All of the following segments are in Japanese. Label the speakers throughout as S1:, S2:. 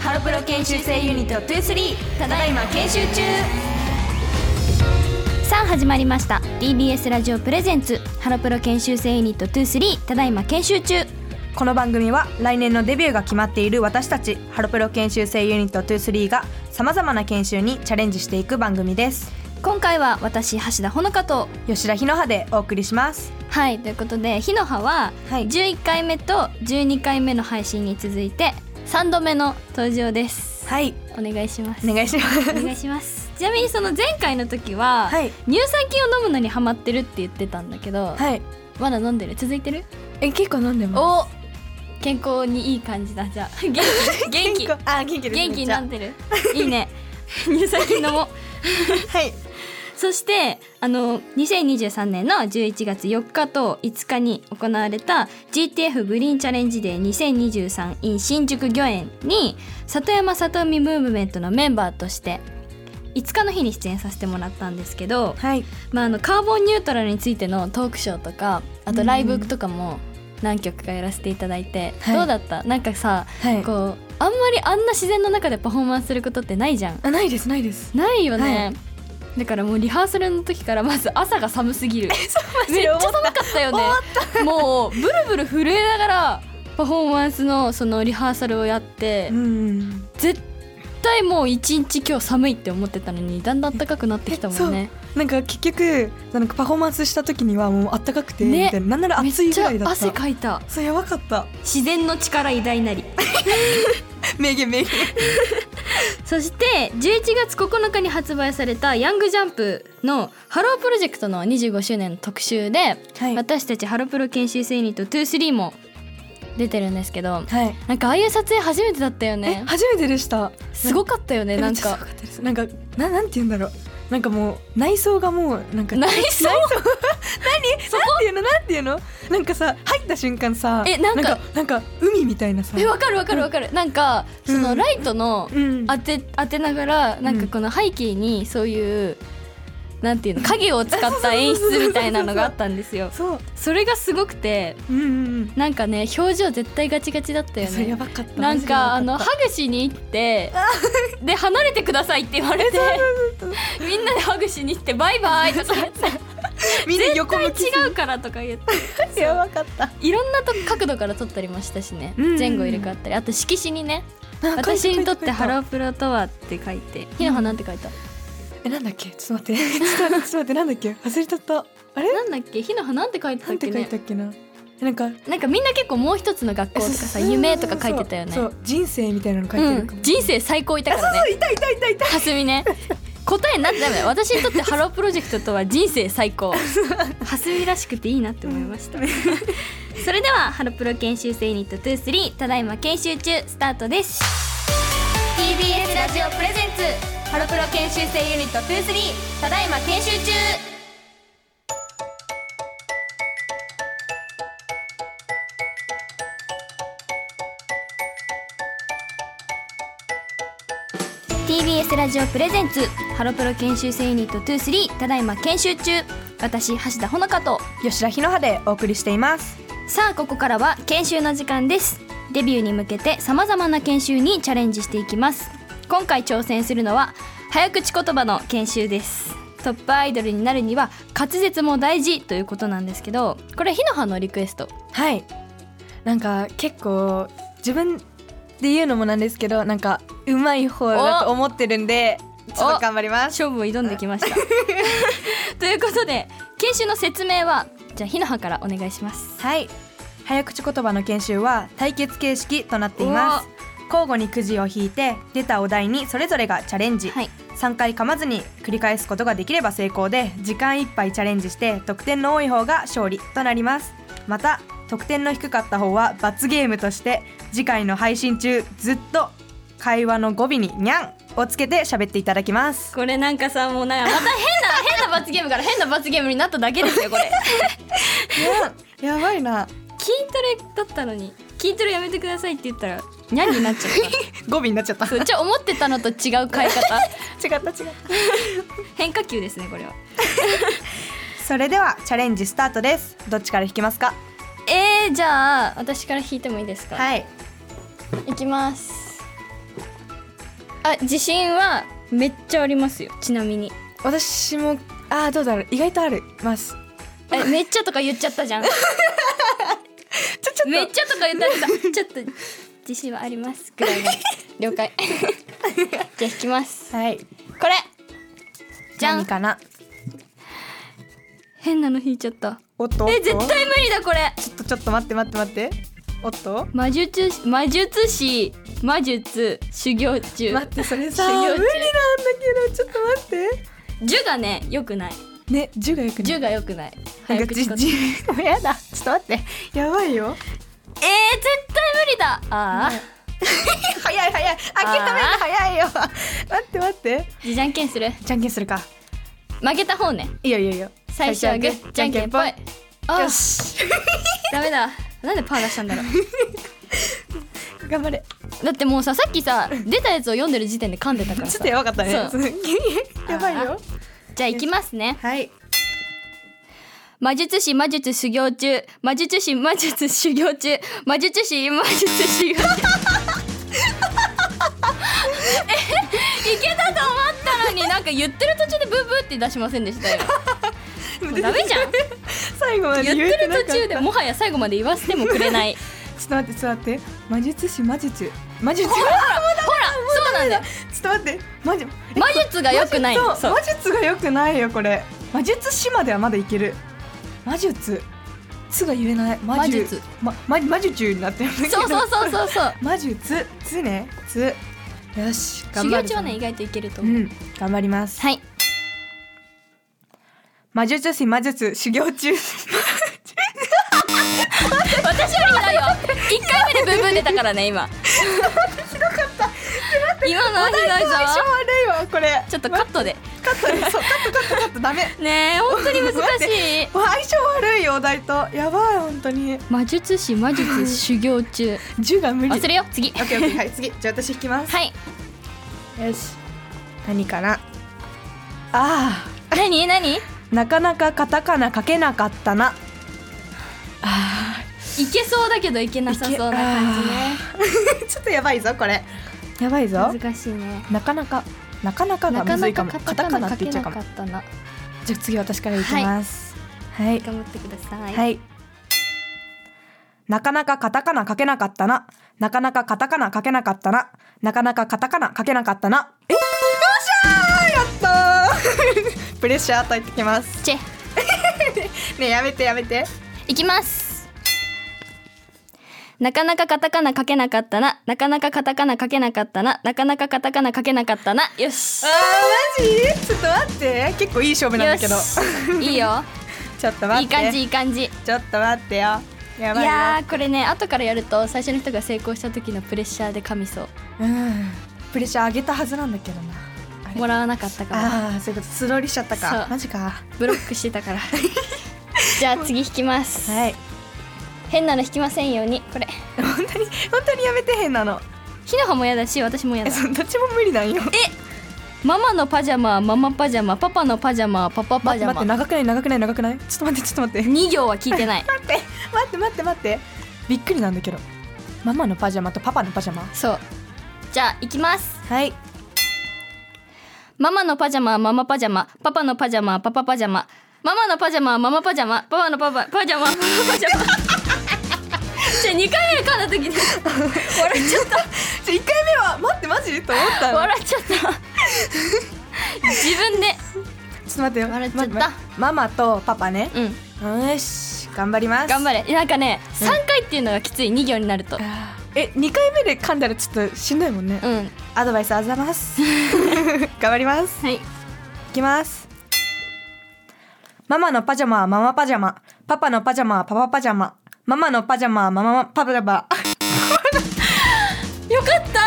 S1: ハロプロ研修生ユニット23ただいま研修中さあ始まりました TBS ラジオプレゼンツハロプロ研修生ユニット23ただいま研修中
S2: この番組は来年のデビューが決まっている私たちハロプロ研修生ユニット23がさまざまな研修にチャレンジしていく番組です
S1: 今回は私橋田ほのかと
S2: 吉田日の葉でお送りします
S1: はいということで火の葉は
S2: はい
S1: 11回目と12回目の配信に続いて3度目の登場です
S2: はい
S1: お願いします
S2: お願いします
S1: お願いしますちなみにその前回の時は、
S2: はい
S1: 乳酸菌を飲むのにハマってるって言ってたんだけど、
S2: はい
S1: まだ飲んでる続いてる
S2: え結構飲んでま
S1: お健康にいい感じだじゃあ元気元気
S2: 健康あ元気です
S1: 元気に
S2: めっち
S1: な
S2: ゃ
S1: ってるいいね 乳酸菌飲もう
S2: はい
S1: そしてあの2023年の11月4日と5日に行われた GTF グリーンチャレンジデー 2023in 新宿御苑に里山里海ムーブメントのメンバーとして5日の日に出演させてもらったんですけど、
S2: はい
S1: まあ、あのカーボンニュートラルについてのトークショーとかあとライブとかも何曲かやらせていただいて、
S2: はい
S1: どうだったなんかさ、
S2: はい
S1: こうあんまりあんな自然の中でパフォーマンスすることってないじゃん。
S2: あないですないです
S1: ないよね、だからもうリハーサルの時からまず朝が寒す ぎるめっちゃ寒かったよねもうブルブル震えながらパフォーマンスのそのリハーサルをやって
S2: うん
S1: 絶対もう一日今日寒いって思ってたのにだんだん暖かくなってきたもんね
S2: なんか結局なんかパフォーマンスした時にはもうあったかくてみ
S1: ね
S2: たいななんなら
S1: め
S2: 暑い
S1: っ
S2: ぐ
S1: ちゃ
S2: らいだった
S1: 汗かいた
S2: そうやばかった
S1: 自然の力偉大なり
S2: 名言名言
S1: そして11月9日に発売された「ヤングジャンプ」のハロープロジェクトの25周年の特集で
S2: はい
S1: 私たちハロプロ研修生ユニット23も出てるんですけど
S2: はい
S1: なんかああいう撮影初めてだったよ
S2: え
S1: ね
S2: 初めてでした
S1: すごかったよね
S2: え
S1: なん
S2: めっちゃす
S1: か
S2: ごったですなんかななんて言うんだろうなんかもう内装がもうなんか
S1: 内装
S2: 何なんていうのなんていうのなんかさ入った瞬間さ
S1: えなんか
S2: なんかなんか海みたいなさ
S1: えわかるわかるわかるなんかそ
S2: うん
S1: のライトの
S2: うん
S1: 当て当てながらなんかこの背景にそういうなんていうの影を使った演出みたいなのがあったんですよ
S2: そう
S1: それがすごくて
S2: うんうん
S1: なんかね表情絶対ガチガチだった
S2: うん
S1: よ
S2: そうや
S1: ね
S2: ばかった
S1: なんかあの
S2: マ
S1: ハグしに行ってで離れてくださいって言われてみんなでハグしに行ってバイバイとか言って
S2: ジでやばかったみんな横向き
S1: 絶対違うからとか言って
S2: うやばかった
S1: いろんなと角度から撮ったりもしたしね
S2: うん
S1: 前後入れ替わったりあと色紙にね私にとってハロープロとはって書いてひのはなんて書いた
S2: えなんだっけちょっと待って ちょっと待ってちょっと待ってなんだっけ忘れちゃったあれ
S1: なんだっけひのはなんて書いて
S2: な
S1: たっ
S2: んて
S1: け
S2: 書い
S1: ね
S2: たっけなえなんか
S1: なんかみんな結構もう一つの学校とかさ夢とか書いてたよね
S2: そう人生みたいなの書いて
S1: う
S2: るかも
S1: ん人生最高いたからね
S2: そういたいたいたいた
S1: はすみね答えになっちゃダメ だよ私にとってハロープロジェクトとは人生最高はすみらしくていいなって思いました それではハロプロ研修生ユニット23ただいま研修中スタートです TBS ラジオプレゼンツハロプロ研修生ユニット23ただいま研修中「TBS ラジオプレゼンツハロプロ研修生ユニット23ただいま研修中」私橋田穂香と
S2: 吉田日の葉でお送りしています
S1: さあここからは研修の時間ですデビューに向けてさまざまな研修にチャレンジしていきます今回挑戦するのは早口言葉の研修ですトップアイドルになるには滑舌も大事ということなんですけどこれひのはのリクエスト
S2: はいなんか結構自分で言うのもなんですけどなんかうまい方だと思ってるんでちょっと頑張ります
S1: 勝負を挑んできました ということで研修の説明はじゃあひのはからお願いします
S2: はい早口言葉の研修は対決形式となっています交互にくじを引いて出たお題にそれぞれがチャレンジ、
S1: はい
S2: 3回噛まずに繰り返すことができれば成功で時間いっぱいチャレンジして得点の多い方が勝利となりますまた得点の低かった方は罰ゲームとして次回の配信中ずっと会話の語尾に「にゃん」をつけて喋っていただきます
S1: これなんかさもうなんかまた変な 変な罰ゲームから変な罰ゲームになっただけですよこれ
S2: やばいな
S1: 筋トレだったのに筋トレやめてくださいって言ったらにゃんになっちゃっ
S2: 語尾になっちゃった
S1: た そうちょ思ってたのと違う変え 方
S2: 違った違った
S1: 変化球ですねこれは
S2: それではチャレンジスタートですどっちから引きますか
S1: えー、じゃあ私から引いてもいいですか、
S2: はい
S1: い、きますあ自信はめっちゃありますよちなみに
S3: 私もあーどうだろう意外とあります
S1: えめっちゃとか 言っちゃったじゃんめっちゃとか言 ったらさちょっと自信はありますぐら いの了解じゃあ引きます
S4: はい
S1: これじゃ
S4: 何
S1: ん
S4: かな
S1: 変なの引いちゃった
S4: おっとおっと
S1: え絶対無理だこれ
S4: ちょっとちょっと待って待って待っておっ と
S1: 魔術師魔術師魔術修行中
S4: 待ってそれさ 無理な
S1: 修行中
S4: んだけどちょっと待って
S1: 十がね良くない
S4: ね十がよくね
S1: 十が良くない
S4: なん
S1: 早
S4: か
S1: く
S4: じ
S1: 使って
S4: じもうやだちょっと待ってやばいよ
S1: えー、絶対無理だあー
S4: 早い早い諦めるの早いよ待って待って
S1: じじゃんけんする
S4: じゃんけんするか
S1: 負けた方ね
S4: いいよいいよいいよ
S1: 最初はグーじゃんけんぽいあー
S4: よし
S1: ダメだなんでパー出したんだろう
S4: 頑張れ
S1: だってもうささっきさ出たやつを読んでる時点で噛んでたから
S4: ちょ
S1: さ
S4: っとやばかったね
S1: そ
S4: やばいよ
S1: じゃあいきますね
S4: はい
S1: 魔術師魔術修行中魔術師魔術修行中魔術師魔術修行中 えいけたと思ったのになんか言ってる途中でブーブーって出しません でしたよもうダメじゃん
S4: 最後まで
S1: 言っ
S4: 言え
S1: て
S4: て
S1: る
S4: なかっ
S1: 途
S4: た
S1: 中でもはや最後まで言わせてもくれない
S4: ちょっと待ってちょっと待って魔術師魔術魔術
S1: ほらそうなんだよ
S4: ちょっと待って 魔術
S1: 魔術が良くない
S4: そう
S1: そう
S4: 魔術が良くないよこれ魔術師まではまだいける魔術つが言えない魔
S1: 魔
S4: 術
S1: 術
S4: ま魔魔術になってるんだけど
S1: そうそうそうそうそう
S4: 魔術つねつよし
S1: 修
S4: 頑張
S1: 行
S4: る
S1: 中はね意外といけると
S4: う
S1: 思うん
S4: 頑張ります
S1: はい
S4: 魔術師魔術修行中
S1: 私よりひどいよ一回目でブンブン出たからね 今ひどかった今のはひどいぞ
S4: 相性悪いわこ れ
S1: ちょっとカットで
S4: カットねそうカットカットカットダメ
S1: ねえ本当に難
S4: 待っ
S1: しい
S4: わ相性悪いよお題とやばい本当に
S1: 魔術師魔術修行中
S4: 十が無理
S1: 忘れよう次
S4: オッケーオッケーはい次じゃあ私引きます
S1: はい
S4: よし何かなあ
S1: 何何い
S4: ーなかなかカタカナ書けなかったな
S1: けそうだけどいけなさそうな感
S4: ちょっとやばいぞこれやばいぞ
S1: じね難しいね
S4: なかなかなかなか
S1: な
S4: が
S1: か
S4: むず
S1: ない
S4: か
S1: か
S4: も
S1: カ
S4: カ
S1: タ
S4: タ
S1: カ
S4: カナ
S1: ナ
S4: っ
S1: 書
S4: て
S1: け
S4: 言っちゃ
S1: な
S4: うか
S1: か
S4: も
S1: ったな
S4: じゃあ次私からいきますはい
S1: 頑張ってください、
S4: はいなかなかカタカナ書けなかったななかなかカタカナ書けなかったななかなかカタカナ書けなかったなえよっしゃーやったー プレッシャー与えてきます
S1: チェ
S4: ねえやめてやめて
S1: いきますなかなかカタカナ書けなかったななかなかカタカナ書けなかったななかなかカタカナ書けなかったなよし
S4: あーマジちょっと待って結構いい勝負なんだけど
S1: よし いいよ
S4: ちょっと待
S1: いい
S4: って
S1: 感じいい感じ
S4: ちょっと待ってよやば
S1: い
S4: いよ
S1: やーこれね後からやると最初の人が成功した時のプレッシャーで噛みそう
S4: うんプレッシャー上げたはずなんだけどなあれ
S1: もらわなかったから
S4: あーそういうことスローリしちゃった
S1: そ
S4: か
S1: う
S4: マジか
S1: ブロックして たからじゃあ次引きます、
S4: はい
S1: 変なの引きませんようにこれ
S4: 本当に本当にやめて変なの
S1: ひのはもやだし私もや
S4: え
S1: だ
S4: そうどっちも無理なんよ
S1: ママのパジャマはママパジャマパパのパジャマはパパパ
S4: 待って
S1: ジャ
S4: 待って
S1: マ
S4: 長くない長くない長くないちょっと待ってちょっと待って
S1: 2行は聞いてない
S4: 待って 待って待って待ってびっくりなんだけどママのパジャマとパパのパジャマ
S1: そうじゃあ行きます
S4: はい
S1: ママのパジャマはママパジャマパパのパジャマはパパパジャマママのパジャマはママパジャマパパのパパパジャマはママパジャ マじゃあ2回目噛んだ時 に笑っちゃった
S4: じゃ1回目は待ってマジと思 ったの
S1: 笑っちゃった自分で
S4: ちょっと待ってよ
S1: 笑っちゃった
S4: ままママとパパね
S1: うん
S4: よし頑張ります
S1: 頑張
S4: れ
S1: れなんかね3回っていうのがきつい2行になると
S4: え二回目で噛んだらちょっとしんどいもんね、
S1: うん
S4: アドバイスあざます 頑張ります
S1: はい
S4: いきますママのパジャマはママパジャマパパのパジャマはパパパジャマママのパジャマはママパパジャマ
S1: よかった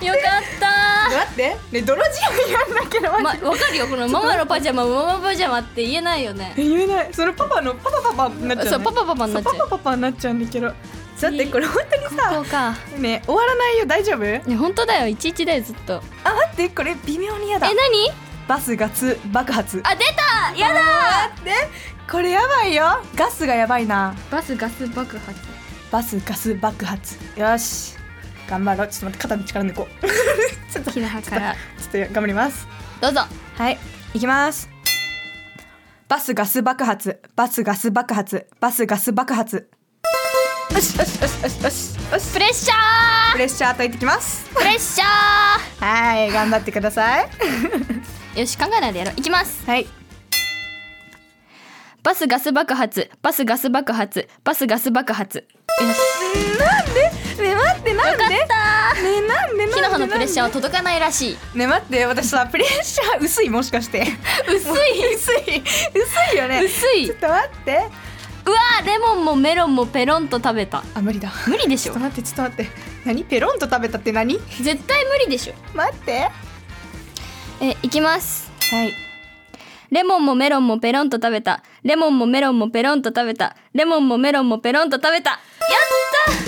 S1: ーよかった
S4: 待ってね泥仕合なんだけど
S1: ーま
S4: マジ、
S1: わかるよこのママのパジャマママパジャマって言えないよね
S4: え言えないそのパパのパパパパになっちゃう、ね、
S1: そうパパパパになっちゃ
S4: そ
S1: う
S4: うパパパパになっちゃうんだけどだってこれ本当に
S1: こ
S4: さ
S1: うか
S4: ね終わらないよ大丈夫あ
S1: ね本当だよいちいちだよずっと
S4: 待ってこれ微妙にやだ
S1: え何
S4: バスガツ爆発
S1: あ出たやだ
S4: ねこれやばいよガスがやばいな
S1: ーバスガス爆発
S4: バスガス爆発よし頑張ろうちょっと待って肩に力抜こう ちょっとち
S1: 木の葉から
S4: ょっと頑張ります
S1: どうぞ
S4: はい行きますバスガス爆発バスガス爆発バスガス爆発よしよしよしよしよしよし
S1: プレッシャー
S4: プレッシャーと言ってきます
S1: プレッシャ
S4: はい頑張ってください
S1: ーよし考えないでやろういきます
S4: はい
S1: バスガス爆発バスガス爆発バスガス爆発よ
S4: ね待ってなんで
S1: かった
S4: ねなんでなんで
S1: ー木の葉のプレッシャー
S4: ー
S1: は届かないらしい
S4: ね待って私さプレッシャー薄いもしか して
S1: 薄 い
S4: 薄い薄いよね
S1: 薄い
S4: ちょっと待って
S1: うわーレモンもメロンもペロンと食べた
S4: あ無理だ
S1: 無理でし
S4: ちょ
S1: ょ
S4: っと待ってちょっと待って何ペロンと食べたって何
S1: 絶対無理でしょ
S4: 待って
S1: えいきます
S4: はい
S1: レモンもメロンもペロンと食べたレモンもメロンもペロンと食べたレモンもメロンもペロンと食べたや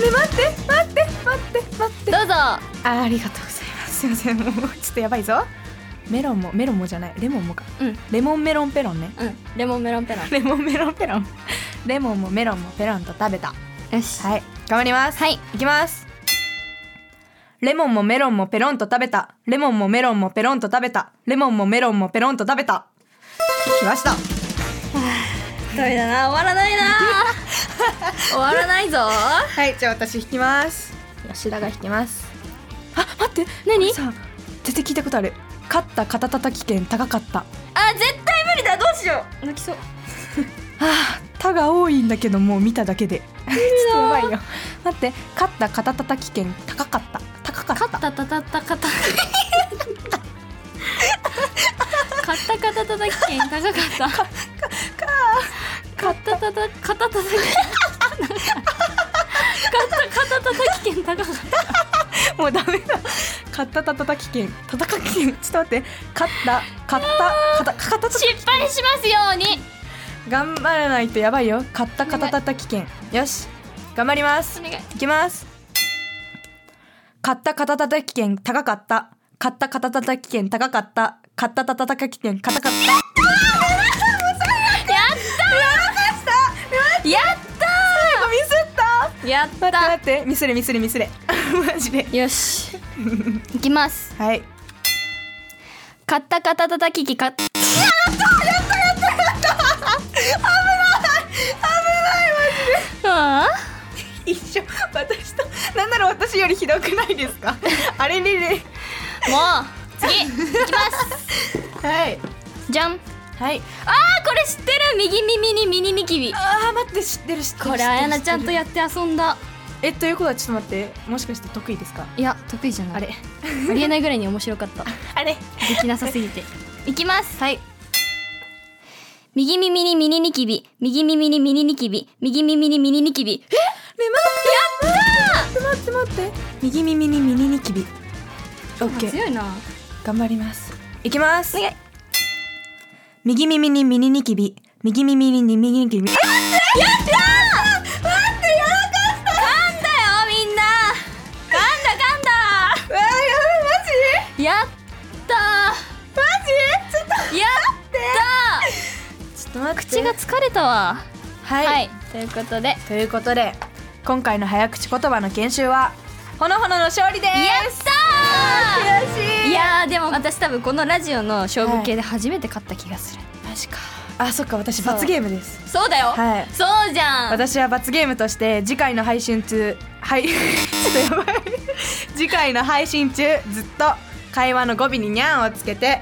S4: ね待って待って待って待って
S1: ったどうぞ
S4: あありがとうございますすいませんもうちょっとやばいぞメロンもメロンもじゃないレモンもか
S1: うん
S4: レモンメロンペロンね
S1: うんレモンメロンペロン
S4: レモンメロンペロンレモンもメロンもペロンと食べた
S1: よし
S4: はい頑張ります
S1: はい
S4: いきますレモンもメロンもペロンと食べたレモンもメロンもペロンと食べたレモンもメロンもペロンと食べたきました
S1: ダメだな終わらないな 終わらないぞ
S4: はいじゃあ私引きます
S1: 吉田が引き
S4: ますあ待って
S1: 何
S4: さ絶対聞いたことある勝った肩たたき券高かった
S1: あ絶対無理だどうしよう泣きそう
S4: あーたが多いんだけどもう見ただけでちょっとやばいよ待って勝った肩たたき券高かった高かった
S1: カッタタタタカタカッタカタタタ危険高かったカッタタタカタタタ危険カッタカタタタ危険高かった
S4: もうダメだ勝ったたたたき券たたかき券ちょっと待って勝った勝った肩肩たたき
S1: 失敗しますように
S4: 頑張らないとやばいよ買った肩たたき券よし頑張ります
S1: お願い
S4: いきます買った肩たたき券高かった買った肩たたき券高かった買った肩たたき券高かった
S1: やったやった
S4: ミスった
S1: やっ
S4: 待
S1: た
S4: って待ってミスれミスれミスれマジで
S1: よしいきます
S4: はい
S1: カッタカタタタキキカッやった
S4: 一緒 私となんなら私よりひどくないですか あれれれ
S1: やったやったやったやった危ないマジでああもう次いきます
S4: はい
S1: じ ゃん
S4: はい
S1: あーこれ知ってる右耳にミニニキビ
S4: あー待って知ってる知ってる
S1: これあやなちゃんとやって遊んだ
S4: えということはちょっと待ってもしかして得意ですか
S1: いや得意じゃない
S4: あれ
S1: ありえないぐらいに面白か った
S4: あれ
S1: できなさすぎて。いきます。はい。右耳にミニニキビ、右耳にミニニキビ、右耳にミニニキビ。
S4: ね待ってやった待って待って右耳にミニニキビオッケー
S1: 強いな。
S4: 頑張りますいきます
S1: お願い
S4: 右耳にミニニキビ右耳にミニニキビ
S1: なんだよみんな。なんだかんだ。
S4: わーやばい
S1: やったマジ？ちょっと。やっ。
S4: マジちょっと待ったて
S1: 口が疲れたわ。
S4: はい、
S1: はい。ということで。
S4: ということで今回の早口言葉の研修はほのほのの勝利で
S1: やっ
S4: す悔
S1: た
S4: しい
S1: いやーでも私多分このラジオの勝負系で初めて勝った気がする。
S4: マジかあそっか私
S1: そう
S4: 罰ゲームです
S1: そうだよ。
S4: はい
S1: そうじゃん。
S4: 私は罰ゲームとして次回の配信中はい ちょっとやばい次回の配信中ずっと会話の語尾ににゃんをつけて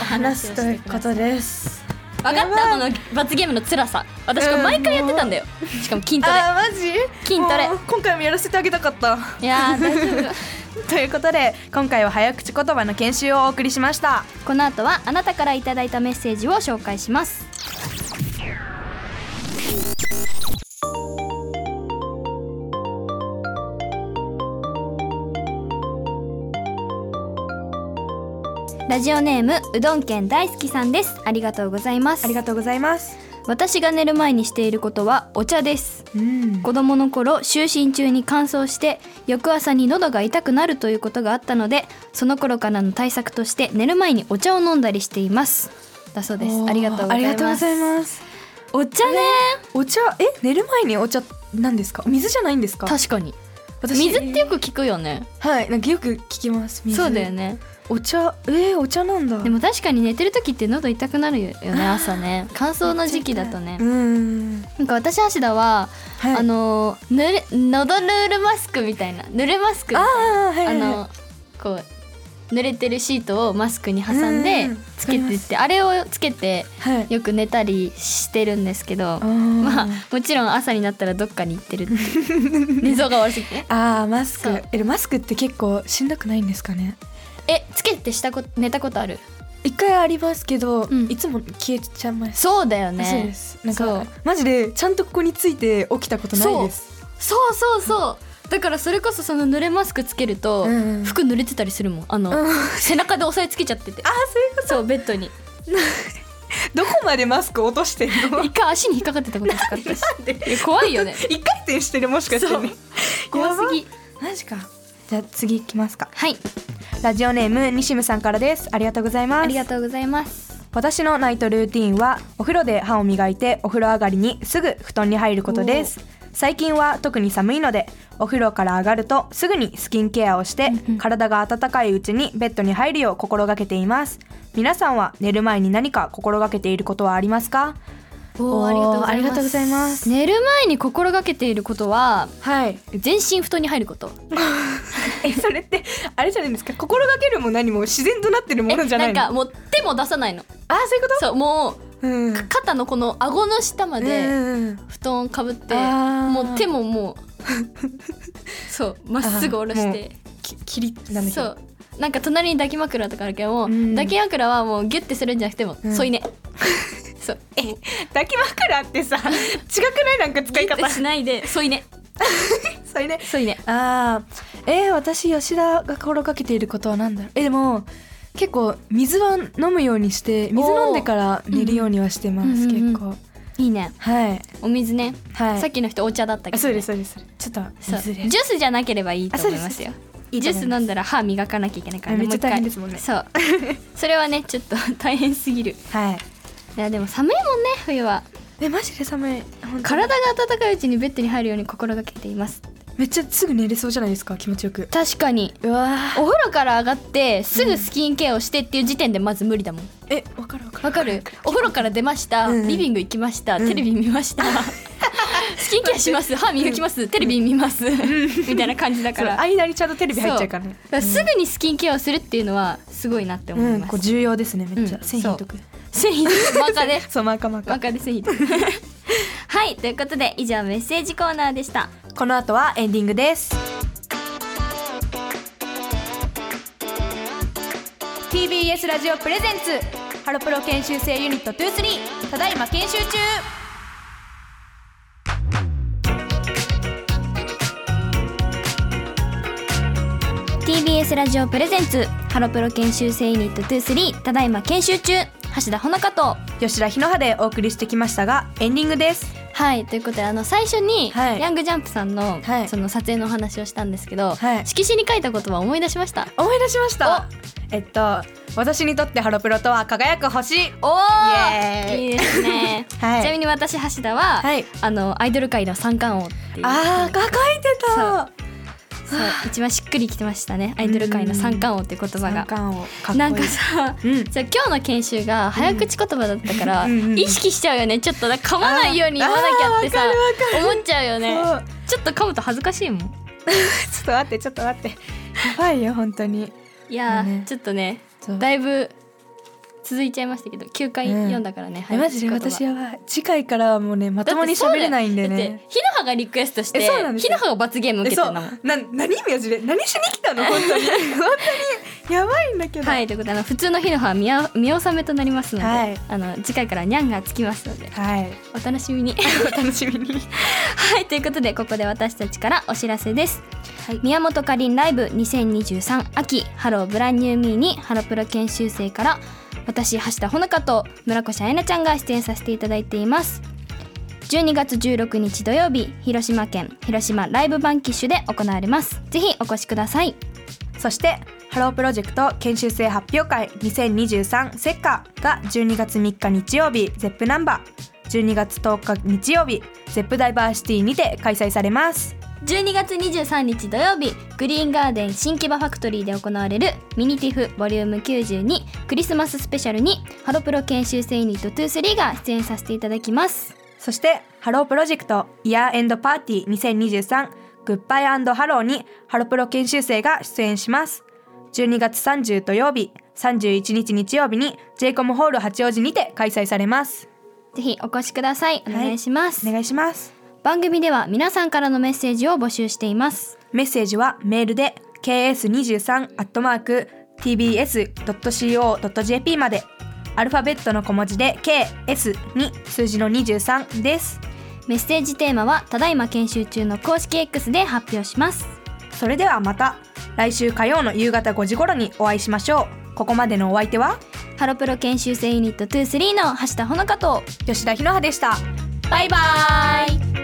S1: お
S4: 話
S1: 話を
S4: す
S1: して
S4: と
S1: くださ
S4: いうことです
S1: 分かったこの罰ゲームの辛さ私これ毎回やってたんだよしかも筋トレ
S4: あーマジ
S1: 筋トレ
S4: もう今回もやらせてあげたかった
S1: いやー大丈夫
S4: ということで今回は早口言葉の研修をお送りしました
S1: この後はあなたからいただいたメッセージを紹介しますラジオネームうどん県大好きさんですありがとうございます
S4: ありがとうございます
S1: 私が寝る前にしていることはお茶です
S4: うん
S1: 子供の頃就寝中に乾燥して翌朝に喉が痛くなるということがあったのでその頃からの対策として寝る前にお茶を飲んだりしていますだそうですありがとうございます
S4: ます
S1: お茶ね
S4: お茶え寝る前にお茶なんですかお水じゃないんですか
S1: 確かに
S4: 私
S1: 水ってよく聞くよね
S4: はいなんかよく聞きます水
S1: そうだよね
S4: お茶えー、お茶なんだ
S1: でも確かに寝てる時って喉痛くなるよね朝ね乾燥の時期だとね
S4: うーん
S1: なんか私芦田は、
S4: はい
S1: あのーぬれ喉ヌールマスクみたいな濡れマスクみたい
S4: あ
S1: な
S4: あはい
S1: あ
S4: はいはい
S1: のこう濡れてるシートをマスクに挟んで
S4: うんうん
S1: つけてってあれをつけて
S4: はい
S1: よく寝たりしてるんですけど
S4: あー
S1: まあもちろん朝になったらどっかに行ってるっていう 寝相が悪すぎてね
S4: あーマス
S1: そ
S4: ク
S1: う
S4: えマスクって結構しんどくないんですかね
S1: えつけてしたこと寝たことある
S4: 一回ありますけど、
S1: うん
S4: いつも消えちゃいます
S1: そうだよ
S4: そうで
S1: ね
S4: すなん
S1: そ
S4: か
S1: う
S4: マジでちゃんとここについて起きたことないです
S1: そうそうそうだからそれこそその濡れマスクつけると
S4: うんうん
S1: 服濡れてたりするもんあの
S4: うん
S1: 背中で押さえつけちゃってて
S4: あーそういうこ
S1: そうベッドに
S4: とどこまでマスク落としてんの
S1: 一回足に引っかかってた ことなかったし
S4: で
S1: いや怖いよね
S4: 一回転してるもしかしてね
S1: 怖すぎ
S2: マジかじゃあ次いきますか
S1: はい
S2: ラジオネームニシムさんからですありがとうございます
S1: ありがとうございます
S2: 私のナイトルーティンはお風呂で歯を磨いてお風呂上がりにすぐ布団に入ることです最近は特に寒いのでお風呂から上がるとすぐにスキンケアをして
S1: うんうん
S2: 体が温かいうちにベッドに入るよう心がけています皆さんは寝る前に何か心がけていることはありますか
S1: おー
S4: おー
S1: ありがとうございます寝る前に心がけていることは
S4: はい
S1: 全身布団に入ること
S4: えそれってあれじゃないですか心がけるも何も自然となってるものじゃないの
S1: んかもう手も出さないの
S4: あーそういうこ
S1: そうも
S4: とうん
S1: う肩のこの顎の下ま
S4: うん
S1: で
S4: うんうん
S1: 布団をかぶって
S4: あー
S1: もう手ももう そうまっすぐ下ろして
S4: ききりなんだっけ
S1: そうなんか隣に抱き枕とかあるけども、
S4: ん
S1: 抱き枕はもうギュッてするんじゃなくても
S4: うん
S1: 添い寝 そう
S4: 抱き枕ってさ違くないなんか使い
S1: ギュッ
S4: 方
S1: てしないで添い寝
S4: それね
S1: 添い寝
S4: あーえー、私吉田が心がけていることは何だろうえでも結構水は飲むようにして水飲んでから寝るようにはしてま
S1: うんう
S4: す
S1: んうん
S4: 結構
S1: いいね
S4: はい
S1: お水ね、
S4: はい
S1: さっきの人お茶だったけど、
S4: あ
S1: ね、
S4: そうですそうですちょっと
S1: そうジ
S4: 水
S1: ュ
S4: で
S1: ースじゃなければいいと思いますよ
S2: いい
S1: ジ
S2: と
S1: ュ
S2: 思
S1: ー
S2: いま
S1: ス飲んだら歯磨かなきゃいけないからね
S2: めっちゃ
S1: もう一回
S2: 大変ですもんね
S1: そうそれはねちょっと大変すぎる
S2: すはい
S1: いやでも寒いもんね冬は
S4: えマジで寒い本当に
S1: 体が温かいうちにベッドに入るように心がけています
S4: めっちゃすぐ寝れそうじゃないですか気持ちよく
S1: 確かに
S4: うわ
S1: お風呂から上がってすぐスキンケアをしてっていう時点でまず無理だもん
S4: えわかるわかる
S1: わかるお風呂から出ました、
S4: うん
S1: リビング行きました、
S4: ん
S1: テレビ見ました スキンケアします歯磨きます、テレビ見ます、みたいな感じだか
S2: そう
S1: ら
S2: 間にちゃんとテレビ入っちゃうからね
S1: だからすぐにスキンケアをするっていうのはすごいなって思
S2: う
S1: い
S2: ん
S1: ます、
S2: こう重要ですねめっちゃ、
S1: うん
S2: 線引いとく
S1: 繊維のマカで
S2: そうマーカーマーカー
S1: マカで繊維はいということで以上メッセージコーナーでした
S2: この後はエンディングです。TBS ラジオプレゼンツハロプロ研修生ユニット23ただいま研修中
S1: ー TBS ラジオプレゼンツハロプロ研修生ユニット23ただいま研修中橋田ほのかと
S2: 吉田日野葉でお送りしてきましたがエンディングです
S1: はいということであの最初に、
S4: はい
S1: ヤングジャンプさんの,、
S4: はい
S1: その撮影のお話をしたんですけど、
S4: はい
S1: 色紙に書いた言葉を思い出しました
S2: 思い出しましたえっと私にとってハロプロとは輝く星
S1: お
S2: イエーイ
S1: いいですね、
S2: はい
S1: ちなみに私橋田は、
S4: はい
S1: あのアイドル界の三冠王っていう
S4: あーか書いてた
S1: そう一番しっくりきてましたねアイドル界の三冠王って言葉が
S4: 感をか
S1: なんかさ、
S2: うん
S1: じゃあ今日の研修が早口言葉だったから、
S2: うんうんうん
S1: 意識しちゃうよねちょっとなんか噛まないように言わなきゃってさ思っちゃうよね
S4: そう
S1: ちょっと噛むと恥ずかしいもん
S4: ちょっと待ってちょっと待ってやばいよ本当に
S1: いやー、
S4: ね
S1: ちょっとね
S4: そう
S1: だいぶ続いちゃいましたけど9回
S4: うん
S1: 読んだからね、
S4: え
S1: 早
S4: マ
S1: 口
S4: ジで
S1: 言葉
S4: 私やばい次回からはもうねまともに喋れないんで
S1: だっ
S4: ね
S1: てそうだよだって日の葉がリクエストして
S4: えそうなんです
S1: 日
S4: よ
S1: の葉が罰ゲーム受
S4: え
S1: けて
S4: そ
S1: る
S4: うん
S1: だも
S4: なん何マジで何しに来 たの本当に本当にやばいんだけど
S1: はいということであの普通の日の葉は見あ見納めとなりますので、
S4: はい
S1: あの次回からニャンがつきますので
S4: はい
S1: お楽しみに
S4: お楽しみに
S1: はいということでここで私たちからお知らせです、宮本かりんライブ2023秋ハローブランニューミーにハロプロ研修生から私橋田ほのかと村越彩菜ちゃんが出演させていただいています12月16日土曜日広島県広島ライブバンキッシュで行われますぜひお越しください
S2: そしてハロープロジェクト研修生発表会2023セッカーが12月3日日曜日ゼップナンバー12月10日日曜日ゼップダイバーシティにて開催されます
S1: 12月23日土曜日グリーンガーデン新木場ファクトリーで行われるミニティフボリューム92クリスマススペシャルにハロプロ研修生ユニット23が出演させていただきます
S2: そしてハロープロジェクトイヤーエンドパーティー2023グッバイハローにハロプロ研修生が出演します12月30土曜日31日日曜日に j コムホール八王子にて開催されます
S1: ぜひお越しくださいお願いします、
S2: お願いします
S1: 番組では皆さんからのメッセージを募集しています
S2: メッセージはメールで ks23-tbs.co.jp までアルファベットの小文字で ks に数字の23です
S1: メッセージテーマはただいま研修中の公式 X で発表します
S2: それではまた来週火曜の夕方5時頃にお会いしましょうここまでのお相手は
S1: ハロプロ研修生ユニット23の橋田ほのかと
S2: 吉田ひのはでした
S1: バイバイ